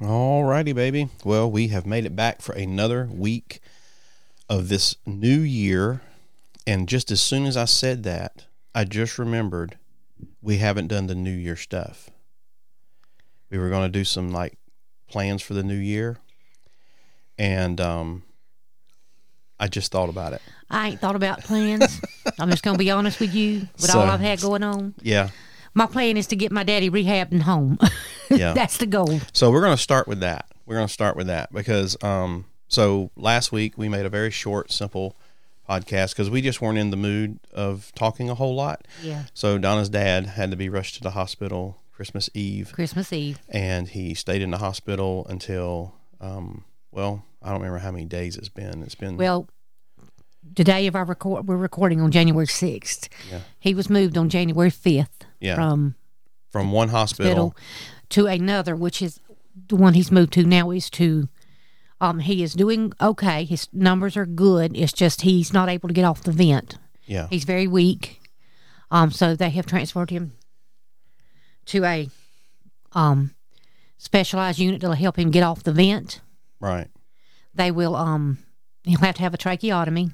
righty, baby. Well, we have made it back for another week of this new year. And just as soon as I said that, I just remembered we haven't done the new year stuff. We were going to do some like plans for the new year. And um, I just thought about it. I ain't thought about plans. I'm just gonna be honest with you. With So- all I've had going on, Yeah. my plan is to get my daddy rehabbed and home. Yeah. That's the goal. So we're going to start with that. We're going to start with that because um so last week we made a very short, simple podcast because we just weren't in the mood of talking a whole lot. Yeah. So Donna's dad had to be rushed to the hospital Christmas Eve, Christmas Eve. and he stayed in the hospital until um well I don't remember how many days it's been. It's been Well, today of our record, we're recording on January 6th. Yeah. He was moved on January 5th yeah from, from one Biddle hospital. to another, which is the one he's moved to now is to. Um, he is doing okay. His numbers are good. It's just he's not able to get off the vent. Yeah, He's very weak. Um, so they have transferred him to a um specialized unit to help him get off the vent. right. They will um he'll have to have a tracheotomy.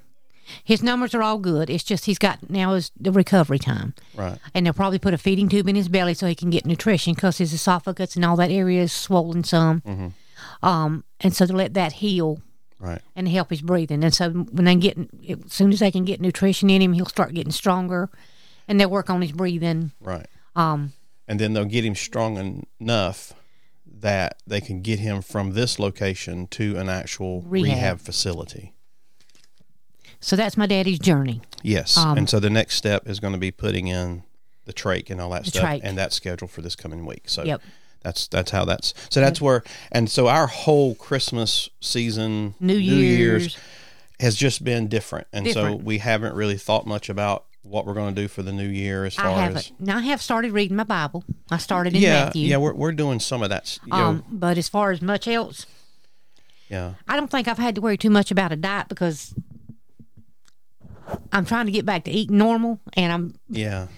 His numbers are all good. It's just he's got now is the recovery time, Right. and they'll probably put a feeding tube in his belly so he can get nutrition because his esophagus and all that area is swollen some. Um, and so to let that heal Right. and help his breathing. And so when they get, as soon as they can get nutrition in him, he'll start getting stronger, and they'll work on his breathing. Right. Um, and then they'll get him strong en- enough that they can get him from this location to an actual rehab, Rehab. facility. so that's my daddy's journey. Yes, Um, and so the next step is going to be putting in the trach and all that stuff, trach. and that's scheduled for this coming week. So Yep. that's that's how that's so that's where and so our whole Christmas season, New Year's. has just been different, and so Different. we haven't really thought much about what we're going to do for the new year as I far as haven't. Now I have started reading my Bible. I started in yeah Matthew. yeah we're we're doing some of that s- you know, um, but as far as much else, yeah I don't think I've had to worry too much about a diet because I'm trying to get back to eating normal, and I'm yeah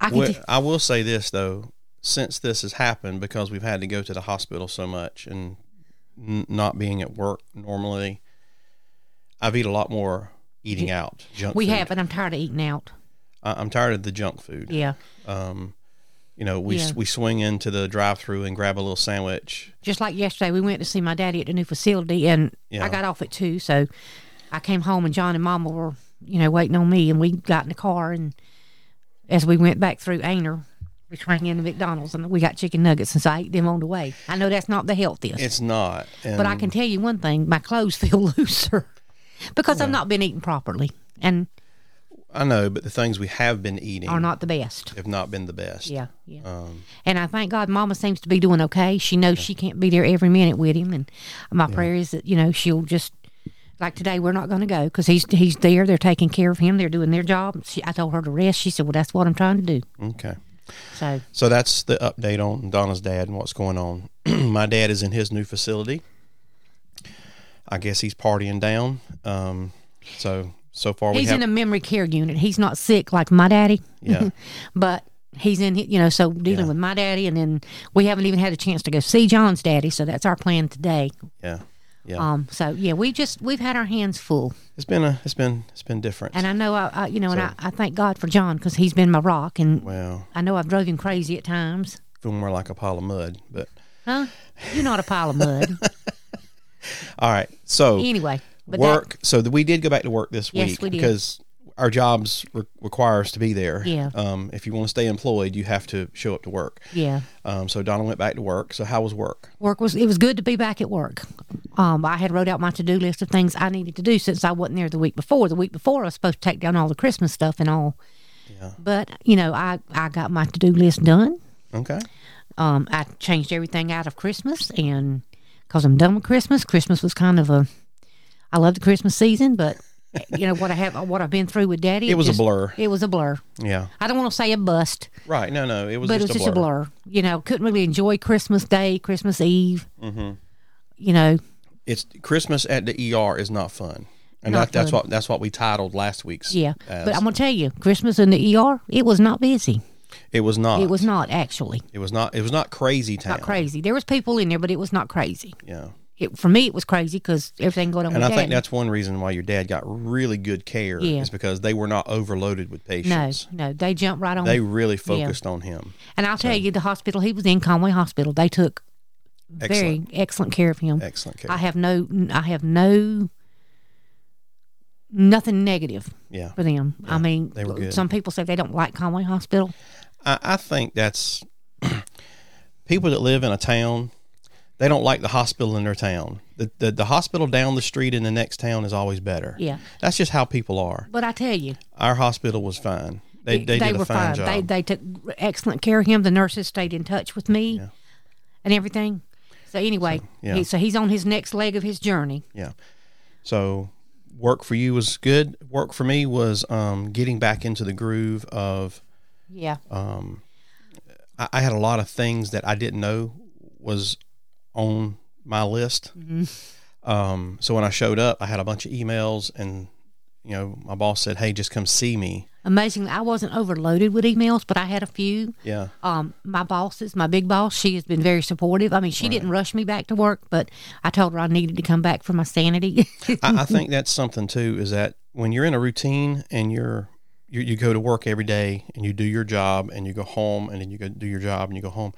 I can. Well, t- I will say this though, since this has happened, because we've had to go to the hospital so much and n- not being at work normally, I've eat a lot more eating out junk. we food. have, and I'm tired of eating out. I- I'm tired of the junk food. Yeah, Um, you know, we s Yeah. we swing into the drive-through and grab a little sandwich. just like yesterday, we went to see my daddy at the new facility, and Yeah. I got off at two. So I came home, and John and Mama were, you know, waiting on me, and we got in the car, and as we went back through Aner, we sprang into McDonald's, and we got chicken nuggets, and so I ate them on the way. I know that's not the healthiest, It's um, not. And, but I can tell you one thing: my clothes feel looser because I've not been eating properly, and I know, but the things we have been eating are not the best. have not been the best. Yeah, yeah. Um, and I thank God, Mama seems to be doing okay. She knows she can't be there every minute with him, and my prayer is that you know she'll just like today we're not going to go because he's he's there. They're taking care of him. They're doing their job. She, I told her to rest. She said, "Well, that's what I'm trying to do." Okay. So So that's the update on Donna's dad and what's going on. My dad is in his new facility. I guess he's partying down. Um, so so far we he's have in a memory care unit. He's not sick like my daddy, yeah but he's in you know so dealing with my daddy, and then we haven't even had a chance to go see John's daddy. So that's our plan today. yeah yeah. Um. So yeah, we just we've had our hands full. it's been a it's been it's been different. And I know, I, I you know, and I, I thank God for John because he's been my rock, and well, I know I've drove him crazy at times. feel more like a pile of mud. But Huh? You're not a pile of mud. all right. So anyway, but work. so th- we did go back to work this Yes, week we did. because our jobs re- require us to be there. Yeah. Um, if you want to stay employed, you have to show up to work. That, yeah. Um, so Donna went back to work. So how was work? Work was it was good to be back at work. Um, I had wrote out my to do list of things I needed to do since I wasn't there the week before. The week before I was supposed to take down all the Christmas stuff and all. Yeah. But you know, I I got my to do list done. Okay. Um, I changed everything out of Christmas, and because I'm done with Christmas, Christmas was kind of a. I love the Christmas season, but you know what I have, what I've been through with Daddy. It was a just- blur. It was a blur. Yeah. I don't want to say a bust, Right. No, no. It was, but just, it was a, just blur. a blur. You know, couldn't really enjoy Christmas Day, Christmas Eve. Mm-hmm. You know, It's Christmas at the ER is not fun, and that, Not that's fun. what that's what we titled last week's. yeah. as. But I'm gonna tell you, Christmas in the ER, it E was not busy. It was not. It was not actually It was not. It was not crazy town. not crazy. There was people in there, but it was not crazy. Yeah. It, for me, it was crazy because everything going on. And with I think Daddy. that's one reason why your dad got really good care Yeah. is because they were not overloaded with no, patients. no, they jumped right on. They really focused on him. and I'll tell you, the hospital he was in, Conway Hospital, they took very excellent care of him. Excellent care. I have no, I have no, nothing negative yeah. for them. I mean, they were good. some people say they don't like Conway Hospital. I, I think that's people that live in a town, they don't like the hospital in their town. The, the, the hospital down the street in the next town is always better. Yeah. That's just how people are. But I tell you, Our hospital was fine. They, they, did were a fine, job. They they took excellent care of him. The nurses stayed in touch with me and everything. So anyway, yeah. he, so he's on his next leg of his journey. yeah. So work for you was good. Work for me was um, getting back into the groove of Yeah, Uh, I, I had a lot of things that I didn't know was on my list. Um, so when I showed up, I had a bunch of emails, and you know, my boss said, "Hey, just come see me." amazingly, I wasn't overloaded with emails, but I had a few. Yeah, Um, my bosses, my big boss, she has been very supportive. I mean, she didn't rush me back to work, but I told her I needed to come back for my sanity. I, I Mm-hmm. think that's something too. Is that when you're in a routine and you're you, you go to work every day and you do your job and you go home and then you go do your job and you go home,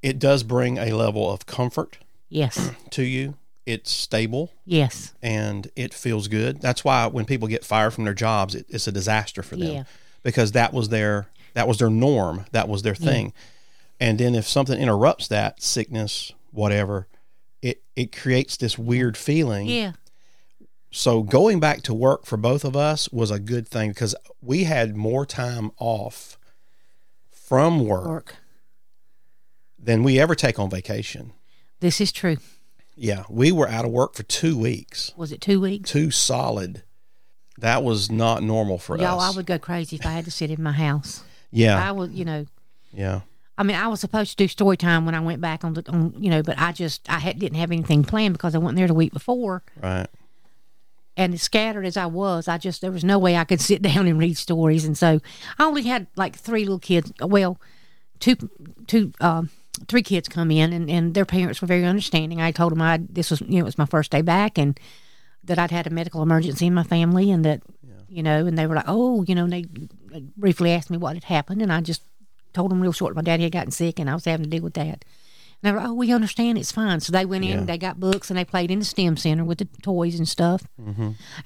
it does bring a level of comfort yes, to you. It's stable. yes, and it feels good. That's why when people get fired from their jobs, it, it's a disaster for them Yeah. because that was their that was their norm, that was their thing. And then if something interrupts that sickness, whatever, it it creates this weird feeling. yeah, So going back to work for both of us was a good thing because we had more time off from work, work. than we ever take on vacation. This is true. Yeah, we were out of work for 2 weeks. Was it two weeks? Two solid. That was not normal for Y'all, us. I would go crazy if I had to sit in my house. Yeah, I would, you know. yeah, I mean, I was supposed to do story time when I went back on the, on, you know, but I just I had, didn't have anything planned because I wasn't there the week before. right. And as scattered as I was, I just there was no way I could sit down and read stories. And so I only had like three little kids. Well, two, two, um, three kids come in, and and their parents were very understanding. I told them I this was you know it was my first day back, and that I'd had a medical emergency in my family, and that you know, and they were like, oh, you know, and they briefly asked me what had happened, and I just told them real short my daddy had gotten sick, and I was having to deal with that. And they were, oh, we understand, it's fine. So they went in, they got books, and they played in the STEM center with the toys and stuff,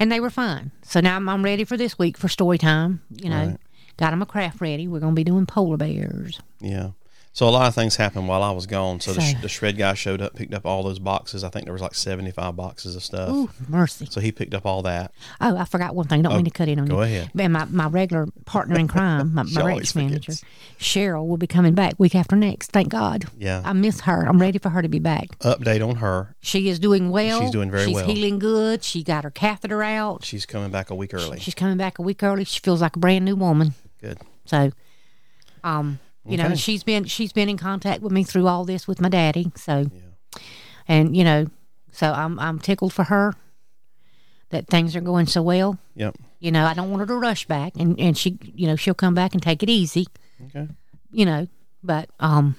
and they were fine. So now I'm, I'm ready for this week for story time. You know, got them a craft ready. We're gonna be doing polar bears. Yeah. So a lot of things happened while I was gone. So, the, sh- So- the shred guy showed up, picked up all those boxes. I think there was like seventy-five boxes of stuff. Ooh, mercy. So he picked up all that. Oh, I forgot one thing. Don't mean to cut in on go you. ahead. And my, my regular partner in crime, my, She my always ranch manager, forgets. Cheryl, will be coming back week after next. Thank God. Yeah. I miss her. I'm ready for her to be back. Update on her. She is doing well. She's doing very She's well. healing good. She got her catheter out. She's coming back a week early. She's coming back a week early. She feels like a brand new woman. Good. So, um, you know, Okay. and she's been she's been in contact with me through all this with my daddy. So, and you know, so I'm I'm tickled for her that things are going so well. Yep. You know, I don't want her to rush back, and and she, you know, she'll come back and take it easy. Okay. You know, but um,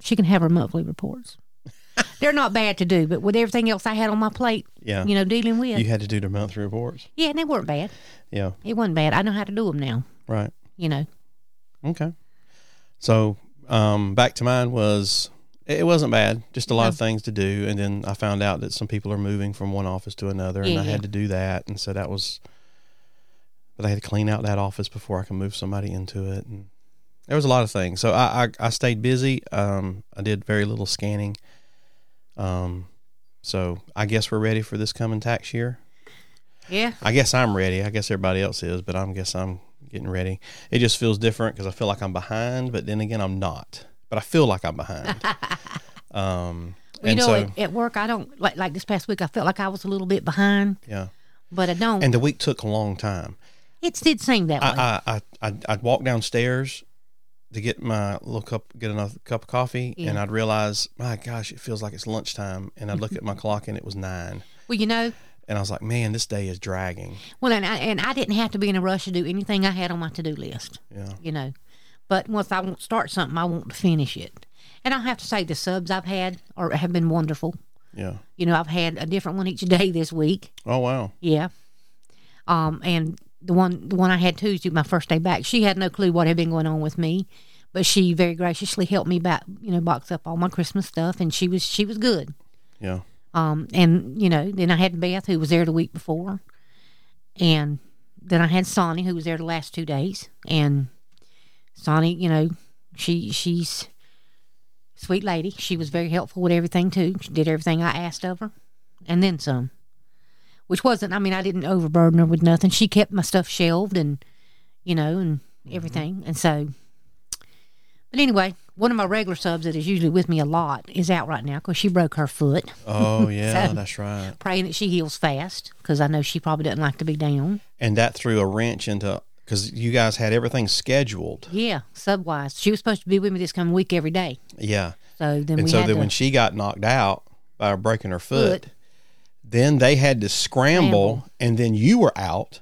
she can have her monthly reports. They're not bad to do, but with everything else I had on my plate, Yeah. you know, dealing with, You had to do the monthly reports. yeah, and they weren't bad. Yeah. It wasn't bad. I know how to do them now. Right. You know, Okay. So um, back to mine was it it wasn't bad. Just a lot of things to do, and then I found out that some people are moving from one office to another, and Yeah, I yeah. had to do that, and so that was. But I had to clean out that office before I could move somebody into it, and there was a lot of things. So I I, I stayed busy. Um, I did very little scanning. Um, so I guess we're ready for this coming tax year. yeah, I guess I'm ready. I guess everybody else is, but I'm guess I'm getting ready. It just feels different because I feel like I'm behind, but then again, I'm not. But I feel like I'm behind. um, you and know, so at, at work I don't like like this past week I felt like I was a little bit behind, yeah, but I don't. and the week took a long time. it did seem that way. I I I I'd, I'd walk downstairs to get my little cup, get another cup of coffee, and I'd realize, my gosh, it feels like it's lunchtime, and I'd look at my clock and it was nine, well, you know, and I was like, man, this day is dragging. well, and I, and I didn't have to be in a rush to do anything I had on my to do list. Yeah. You know, But once I won't start something, I want to finish it. And I have to say, the subs I've had are have been wonderful. Yeah. You know, I've had a different one each day this week. Oh wow. Yeah. Um, and the one the one I had Tuesday, my first day back, she had no clue what had been going on with me, but she very graciously helped me back, you know, box up all my Christmas stuff, and she was she was good. Yeah. Um, and you know, then I had Beth, who was there the week before, and then I had Sonny, who was there the last two days, and Sonny, you know, she she's a sweet lady. She was very helpful with everything too. She did everything I asked of her, and then some, which wasn't. I mean, I didn't overburden her with nothing. She kept my stuff shelved, and you know, and everything, and so. But anyway, one of my regular subs that is usually with me a lot is out right now because she broke her foot Oh yeah, So- that's right. praying that she heals fast because I know she probably doesn't like to be down. And that threw a wrench into because you guys had everything scheduled. Yeah, subwise. She was supposed to be with me this coming week every day. Yeah. So then And we so had then to when she got knocked out by breaking her foot, then they had to scramble, and then you were out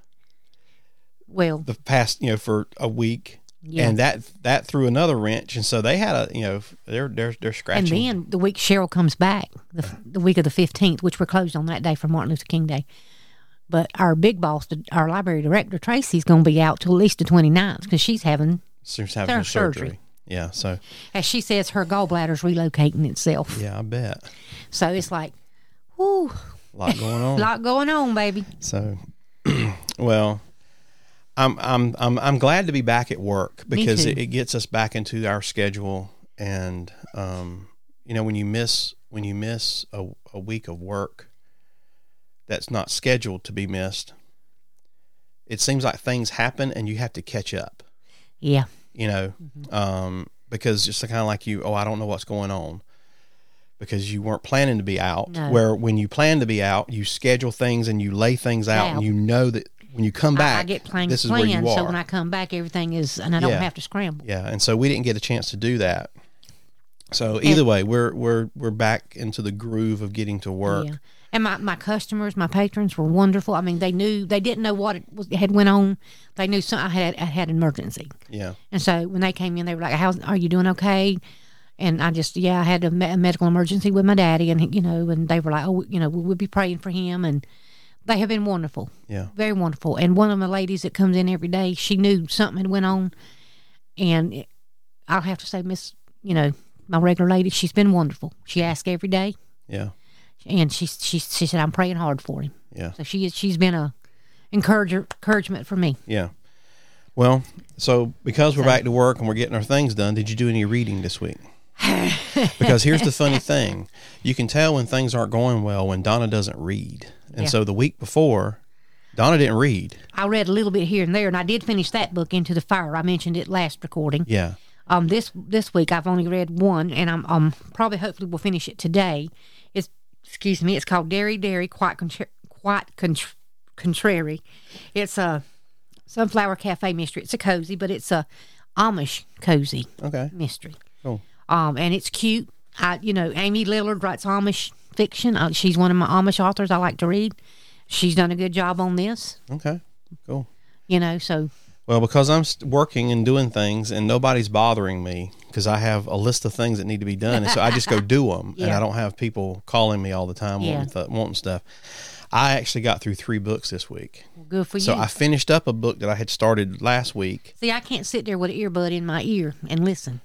well, the past you know for a week. Yeah. And that that threw another wrench, and so they had a you know they're they're they're and scratching. then the week Cheryl comes back, the, f- the week of the fifteenth, which we're closed on that day for Martin Luther King Day. But our big boss, the, our library director Tracy's going to be out till at least the 29th because she's having, She's having their her surgery. surgery. Yeah. So as she says, her gallbladder's relocating itself. yeah, I bet So it's like, whoo, a lot going on. lot going on, baby. So, well, I'm I'm I'm I'm glad to be back at work because too. it, it gets us back into our schedule, and um, you know when you miss when you miss a, a week of work that's not scheduled to be missed, it seems like things happen and you have to catch up. Yeah, You know, Mm-hmm. um, because it's kind of like you, oh, I don't know what's going on. Because you weren't planning to be out, No. where when you plan to be out, you schedule things and you lay things out, Out. and you know that when you come I- back, I, get planned this is where planned, you are. so when I come back, everything is, and I don't Yeah. have to scramble. yeah, and so we didn't get a chance to do that. So either way, we're we're we're back into the groove of getting to work. Yeah. And my, my customers, my patrons were wonderful. I mean, they knew they didn't know what it was, had went on. They knew some, I had I had an emergency, Yeah, and so when they came in, they were like, "How are you doing? Okay?" And I just, yeah, I had a, me- a medical emergency with my daddy, and you know, and they were like, "Oh, you know, we- we'll be praying for him." And they have been wonderful, yeah, very wonderful. And one of the ladies that comes in every day, she knew something had went on, and it- I'll have to say, Miss, you know, my regular lady, she's been wonderful. She asks every day yeah, and she she she said I'm praying hard for him. yeah, So she is she's been a encourager encouragement for me. yeah. Well, so because we're back to work and we're getting our things done, did you do any reading this week? because here's the funny thing you can tell when things aren't going well when Donna doesn't read. And Yeah. so the week before, Donna didn't read. I read a little bit here and there, and I did finish that book Into the Fire. I mentioned it last recording. Yeah. Um, this this week I've only read one, and I'm um probably hopefully will finish it today. It's excuse me, it's called Dairy Dairy Quite Contra- Quite Contr Contrary. It's a Sunflower Cafe mystery. It's a cozy, but it's a Amish cozy Okay. mystery. Cool. um, and it's cute. I, you know, Amy Lillard writes Amish fiction. Uh, she's one of my Amish authors I like to read. She's done a good job on this, Okay. Cool. you know. So Well, because I'm st- working and doing things and nobody's bothering me because I have a list of things that need to be done. And so I just go do them and I Yeah. don't have people calling me all the time Yeah. wanting, th- wanting stuff. I actually got through three books this week. good for So you. I finished up a book that I had started last week. See, I can't sit there with an earbud in my ear and listen.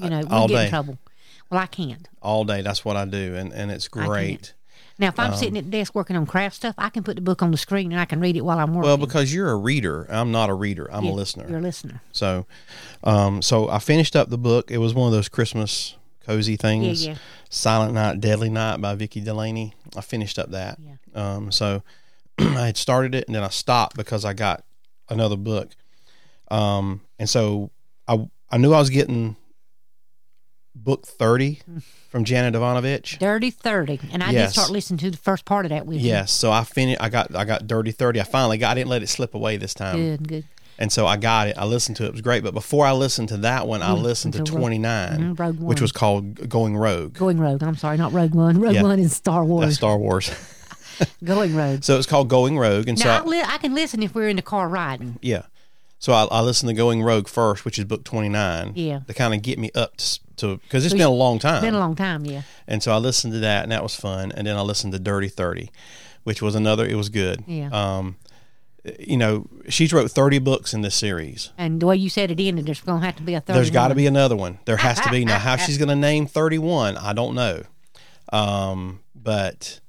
You know, we all get day. in trouble. Well, I can't. all day. That's what I do, and and it's great. Um, Now, if I'm sitting at the desk working on craft stuff, I can put the book on the screen and I can read it while I'm working. Well, because you're a reader, I'm not a reader. I'm a You're listener. a listener. So, um, so I finished up the book. It was one of those Christmas cozy things. yeah. Silent Night, Deadly Night by Vicki Delaney. I finished up that. Yeah. Um, so I had started it and then I stopped because I got another book. Um, and so I I knew I was getting book thirty from Janet Ivanovich. Dirty 30. And I Yes. did start listening to the first part of that with you. Yes, so I finished. I got I got Dirty Thirty. I finally got. I didn't let it slip away this time, Good, good. and so I got it. I listened to it. It was great. But before I listened to that one, I listened to to Rogue- Twenty Mhm, Rogue which One. was called Going Rogue. Going Rogue. I'm sorry, not Rogue One. Rogue Yeah. One is Star That's Wars. Star Wars. Going Rogue. so it's called Going Rogue, and so I- Now I, li- I can listen if we're in the car riding. yeah. So I, I listened to Going Rogue first, which is book 29. Yeah. To kind of get me up to, because it's So been a you- long time. Been a long time, yeah. And so I listened to that, and that was fun. And then I listened to Dirty Thirty, which was another. It was good. Yeah. Um, you know, she's wrote thirty books in this series. And the way you said it ended, there's going to have to be a third. There's got to be another one. There has to be. Now, how she's going to name thirty-one, I don't know. Um, but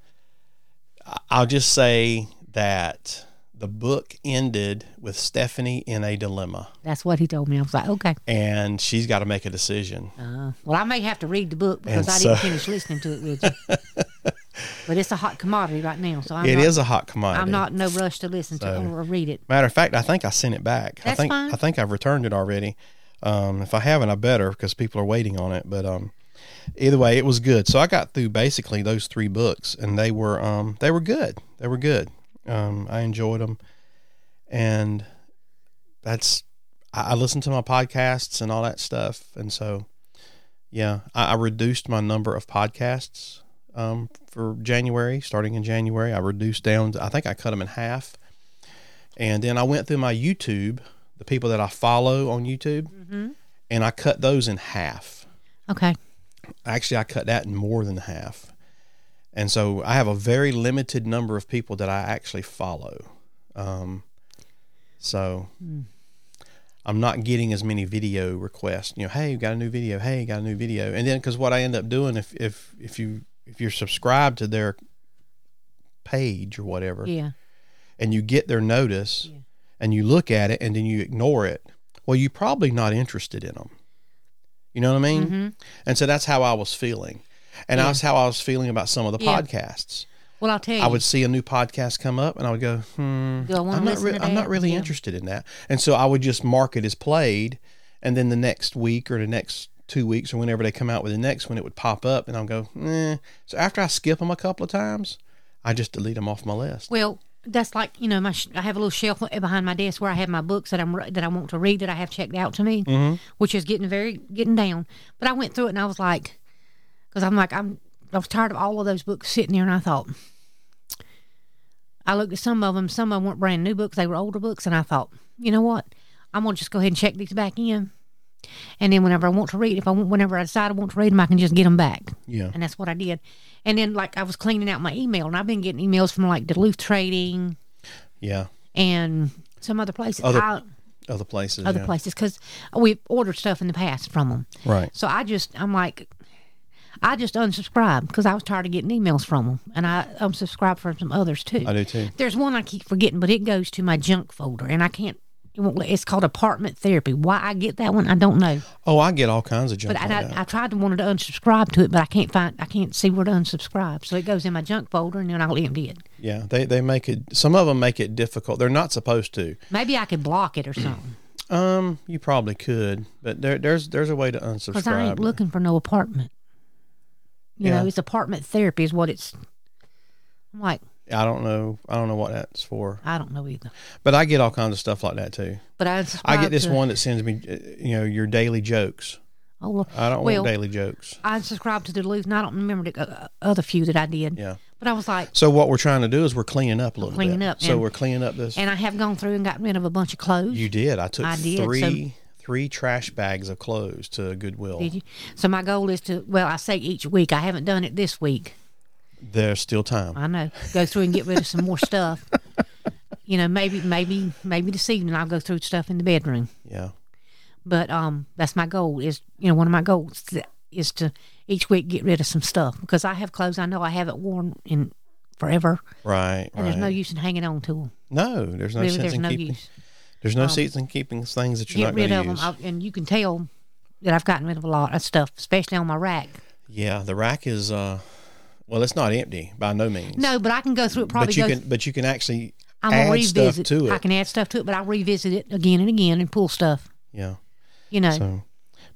I- I'll just say that the book ended with Stephanie in a dilemma, That's what he told me. I was like, okay. and she's got to make a decision. Uh, well, I may have to read the book because And I so- didn't finish listening to it with you. but it's a hot commodity right now, so I'm It is not, a hot commodity. I'm not in no rush to listen to or read it. Matter of fact, I think I sent it back. I That's think fine. I think I've returned it already. Um, if I haven't, I better because people are waiting on it. But um, either way, it was good. So I got through basically those three books, and they were um, they were good. They were good. Um, I enjoyed them, and that's I, I listened to my podcasts and all that stuff, and so yeah, I, I reduced my number of podcasts um, for January. Starting in January, I reduced down. To, I think I cut them in half. And then I went through my YouTube, the people that I follow on YouTube, and I cut those in half. Okay. Actually, I cut that in more than half. And so I have a very limited number of people that I actually follow. Um, so I'm not getting as many video requests. You know, hey, you got a new video. Hey, you got a new video. And then because what I end up doing if if if you if you're subscribed to their page or whatever, Yeah. and you get their notice Yeah. and you look at it and then you ignore it, well, you're probably not interested in them. You know what I mean? Mm-hmm. And so that's how I was feeling. And that's how I was feeling about some of the Yeah. podcasts. Well, I'll tell you. I would see a new podcast come up and I would go, hmm, Do I wanna I'm not, listen re- to I'm that? not really Yeah. interested in that. And so I would just mark it as played. And then the next week or the next two weeks or whenever they come out with the next one, it would pop up and I'll go, eh. So after I skip them a couple of times, I just delete them off my list. Well, that's like you know, my sh- I have a little shelf behind my desk where I have my books that I'm re- that I want to read that I have checked out to me, which is getting very getting down. But I went through it and I was like, because I'm like I'm I was tired of all of those books sitting there, and I thought. I looked at some of them. Some of them weren't brand new books; they were older books, and I thought, you know what, I'm gonna just go ahead and check these back in, and then whenever I want to read, if I want, whenever I decide I want to read them, I can just get them back Yeah. and that's what I did. And then like I was cleaning out my email, and I've been getting emails from like Duluth Trading Yeah. and some other places, Other- I- Other places. other yeah. places, because we've ordered stuff in the past from them. Right. So I just I'm like. I just unsubscribed because I was tired of getting emails from them, and I unsubscribed from some others too. I do too. There's one I keep forgetting, but it goes to my junk folder, and I can't. It won't, let- it's called Apartment Therapy. Why I get that one, I don't know. Oh, I get all kinds of junk. But like I, that. I, I tried to wanted to unsubscribe to it, but I can't find I can't see where to unsubscribe. So it goes in my junk folder, and then I'll empty it. yeah, they they make it. Some of them make it difficult. They're not supposed to. Maybe I could block it or Mm. something Um, you probably could, but there there's there's a way to because I ain't unsubscribe. looking for no apartment. You Yeah. know, it's apartment therapy is what it's. I'm like, I don't know. I don't know what that's for. I don't know either. But I get all kinds of stuff like that too. But I I get unsubscribed this to- one that sends me, uh, you know, your daily jokes. Oh, Lord. I don't well, want daily jokes. I unsubscribed to Duluth, and I don't remember the uh, other few that I did. Yeah. But I was like, So what we're trying to do is we're cleaning up a little Cleaning bit. up, So and- we're cleaning up this. and I have gone through and got rid of a bunch of clothes. you did. I took I did, so- three three trash bags of clothes to Goodwill. Did you? So my goal is to well, I say each week. I haven't done it this week. There's still time. I know. Go through and get rid of some more stuff. You know, maybe, maybe, maybe this evening I'll go through stuff in the bedroom. yeah. But um, that's my goal. Is you know, one of my goals th- is to each week get rid of some stuff because I have clothes I know I haven't worn in forever, Right. and right. there's no use in hanging on to them. No, there's no Really, sense there's in no keeping. use. Oh. There's no sense in keeping things that you're Get not going rid to of them, use. I, and you can tell that I've gotten rid of a lot of stuff, especially on my rack. yeah, the rack is. uh Well, it's not empty by no means. No, but I can go through it. Probably but you go. can. But you can actually I'm gonna add revisit. stuff to it. I can add stuff to it, but I'll revisit it again and again and pull stuff. yeah. You know. So,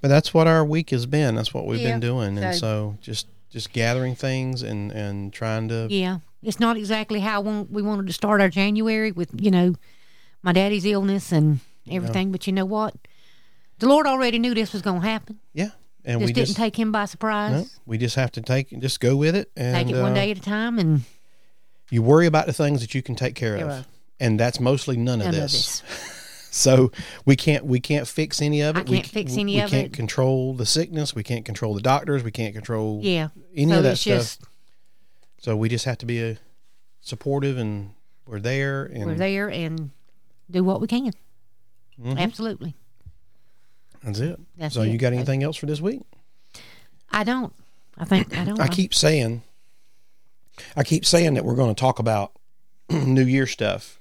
but that's what our week has been. That's what we've Yeah, been doing, and so- so just just gathering things and and trying to. Yeah, it's not exactly how I want, we wanted to start our January with, you know, my daddy's illness and everything. But you know what? The Lord already knew this was going to happen. Yeah. And This we didn't just take him by no, surprise. we just have to take just go with it and Take it one uh, day at a time and You worry about the things that you can take care Care of, of. and that's mostly none of none of this. this. so we can't we can't fix any of it. I we can't fix any we of can't it. control the sickness. We can't control the doctors. We can't control Yeah. any so of that it's stuff. just so we just have to be uh supportive and we're there and we're there and do what we can. Absolutely. that's it. That's Mm-hmm. so it. you got anything else for this week? I don't. I think I don't. I know. keep saying, I keep saying that we're going to talk about New Year stuff,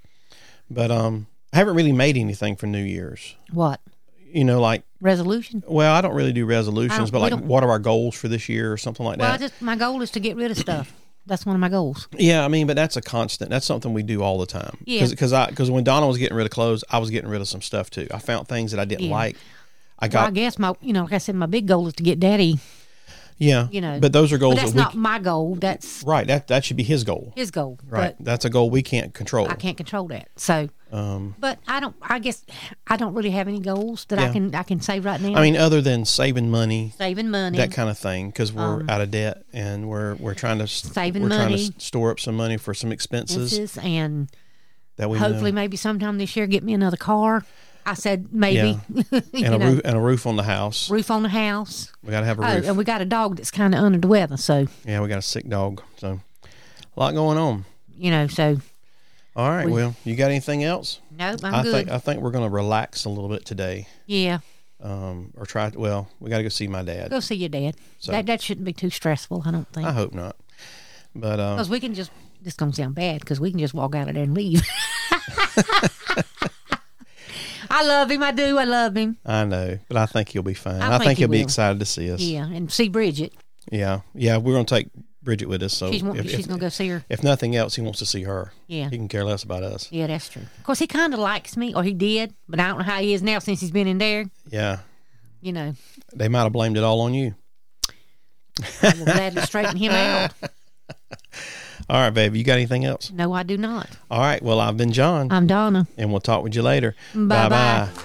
but um, I haven't really made anything for New Year's. what You know, like resolution. well, I don't really do I resolutions, don't- but we like, don't- what are our goals for this year or something like Well, I that? just my goal is to get rid of stuff. That's one of my goals. yeah, I mean, but that's a constant. That's something we do all the time. Yeah. because I because when Donna was getting rid of clothes, I was getting rid of some stuff too. I found things that I didn't Yeah. like. I Well, I got guess my you know like I said my big goal is to get daddy. yeah, you know, but those are But goals that's that we not my goal. That's right. That that should be his goal. his goal. Right, that's a goal we can't control. But I can't control that. So. Um, But I don't. I guess I don't really have any goals that Yeah. I can I can say right now. I mean, other than saving money, saving money. that kind of thing because we're out of debt and we're we're trying to s- Um. Saving we're trying to money. s- store up some money for some expenses expenses and that we hopefully know, maybe sometime this year get me another car. I said maybe you and a know, roof and a roof on the house. roof on the house. We gotta have a Oh, roof. and we got a dog that's kind of under the weather, so yeah, we got a sick dog, so a lot going on. you know, so All right, well, you got anything else? nope, I'm I good. think uh, I think we're gonna relax a little bit today, yeah, um, or try. Well, we gotta go see my dad. go see your dad. that that shouldn't be too stressful, I don't think, I hope not, but um, because we can just. This gonna sound bad because we can just walk out of there and leave. I love him. I do. I love him. I know. But I think he'll be fine. I, I think, think he he'll be will. excited to see us. Yeah, Yeah, and see Bridget. yeah, We're gonna take Bridget with us. So She's want, if- she's if- gonna go see her. If nothing else, he wants to see her. Yeah. He can care less about us. Yeah, that's true. Of course, he kind of likes me, or he did, but I don't know how he is now since he's been in there. Yeah. You know, They might have blamed it all on you. I will gladly straighten him out. All right, baby. You got anything else? No, I do not. All right. Well, I've been John, I'm Donna. and we'll talk with you later. Uh, Bye-bye. Bye-bye.